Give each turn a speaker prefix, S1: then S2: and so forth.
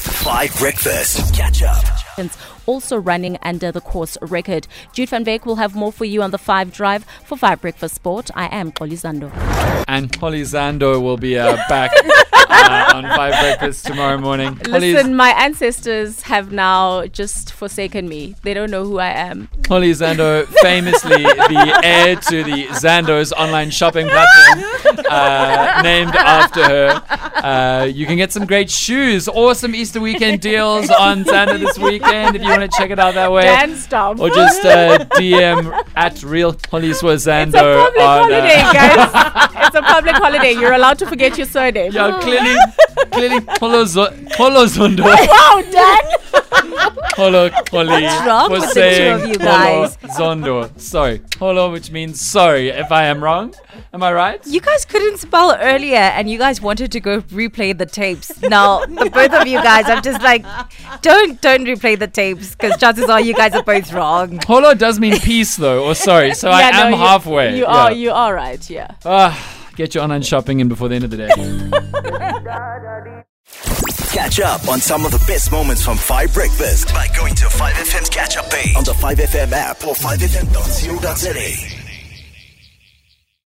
S1: Five Breakfast. Catch up.
S2: distance, also running under the course record. Jude van Beek will have more for you on the 5 Drive for 5 Breakfast Sport. I am Colizando.
S3: and Polly Zando will be uh, back uh, on Five Breakfast tomorrow morning. Polly,
S2: Listen, my ancestors have now just forsaken me. They don't know who I am.
S3: Polly Zando, famously the heir to the Zando's online shopping platform, uh, named after her. Uh, you can get some great shoes, awesome Easter weekend deals on Zando this weekend if you want to check it out that way.
S2: Dan Stomp.
S3: Eh, or just uh, DM at Real Polly Zando.
S2: it's a public
S3: on, uh,
S2: holiday, guys. it's a public holiday. You're allowed to forget your surname.
S3: yeah, clearly, clearly Polo, Zo- Polo Zondo.
S2: Wow, Dan!
S3: Polo Polly
S4: wrong
S3: was
S4: with the two
S3: saying
S4: of you
S3: Polo
S4: guys?
S3: Zondo. Sorry, Polo, which means sorry if I am wrong. Am I right?
S4: You guys couldn't spell earlier and you guys wanted to go replay the tapes. Now, the both of you guys, I'm just like, don't don't replay the tapes because chances are you guys are both wrong.
S3: Polo does mean peace though, or sorry. So I
S2: Yeah, no,
S3: am
S2: you-
S3: halfway.
S2: You
S3: Yeah.
S2: are, you are right, yeah.
S3: Ah, get your online shopping in before the end of the day.
S1: Catch up on some of the best moments from Five Breakfast by going to 5FM's catch up page on the 5FM app or 5FM.co.za.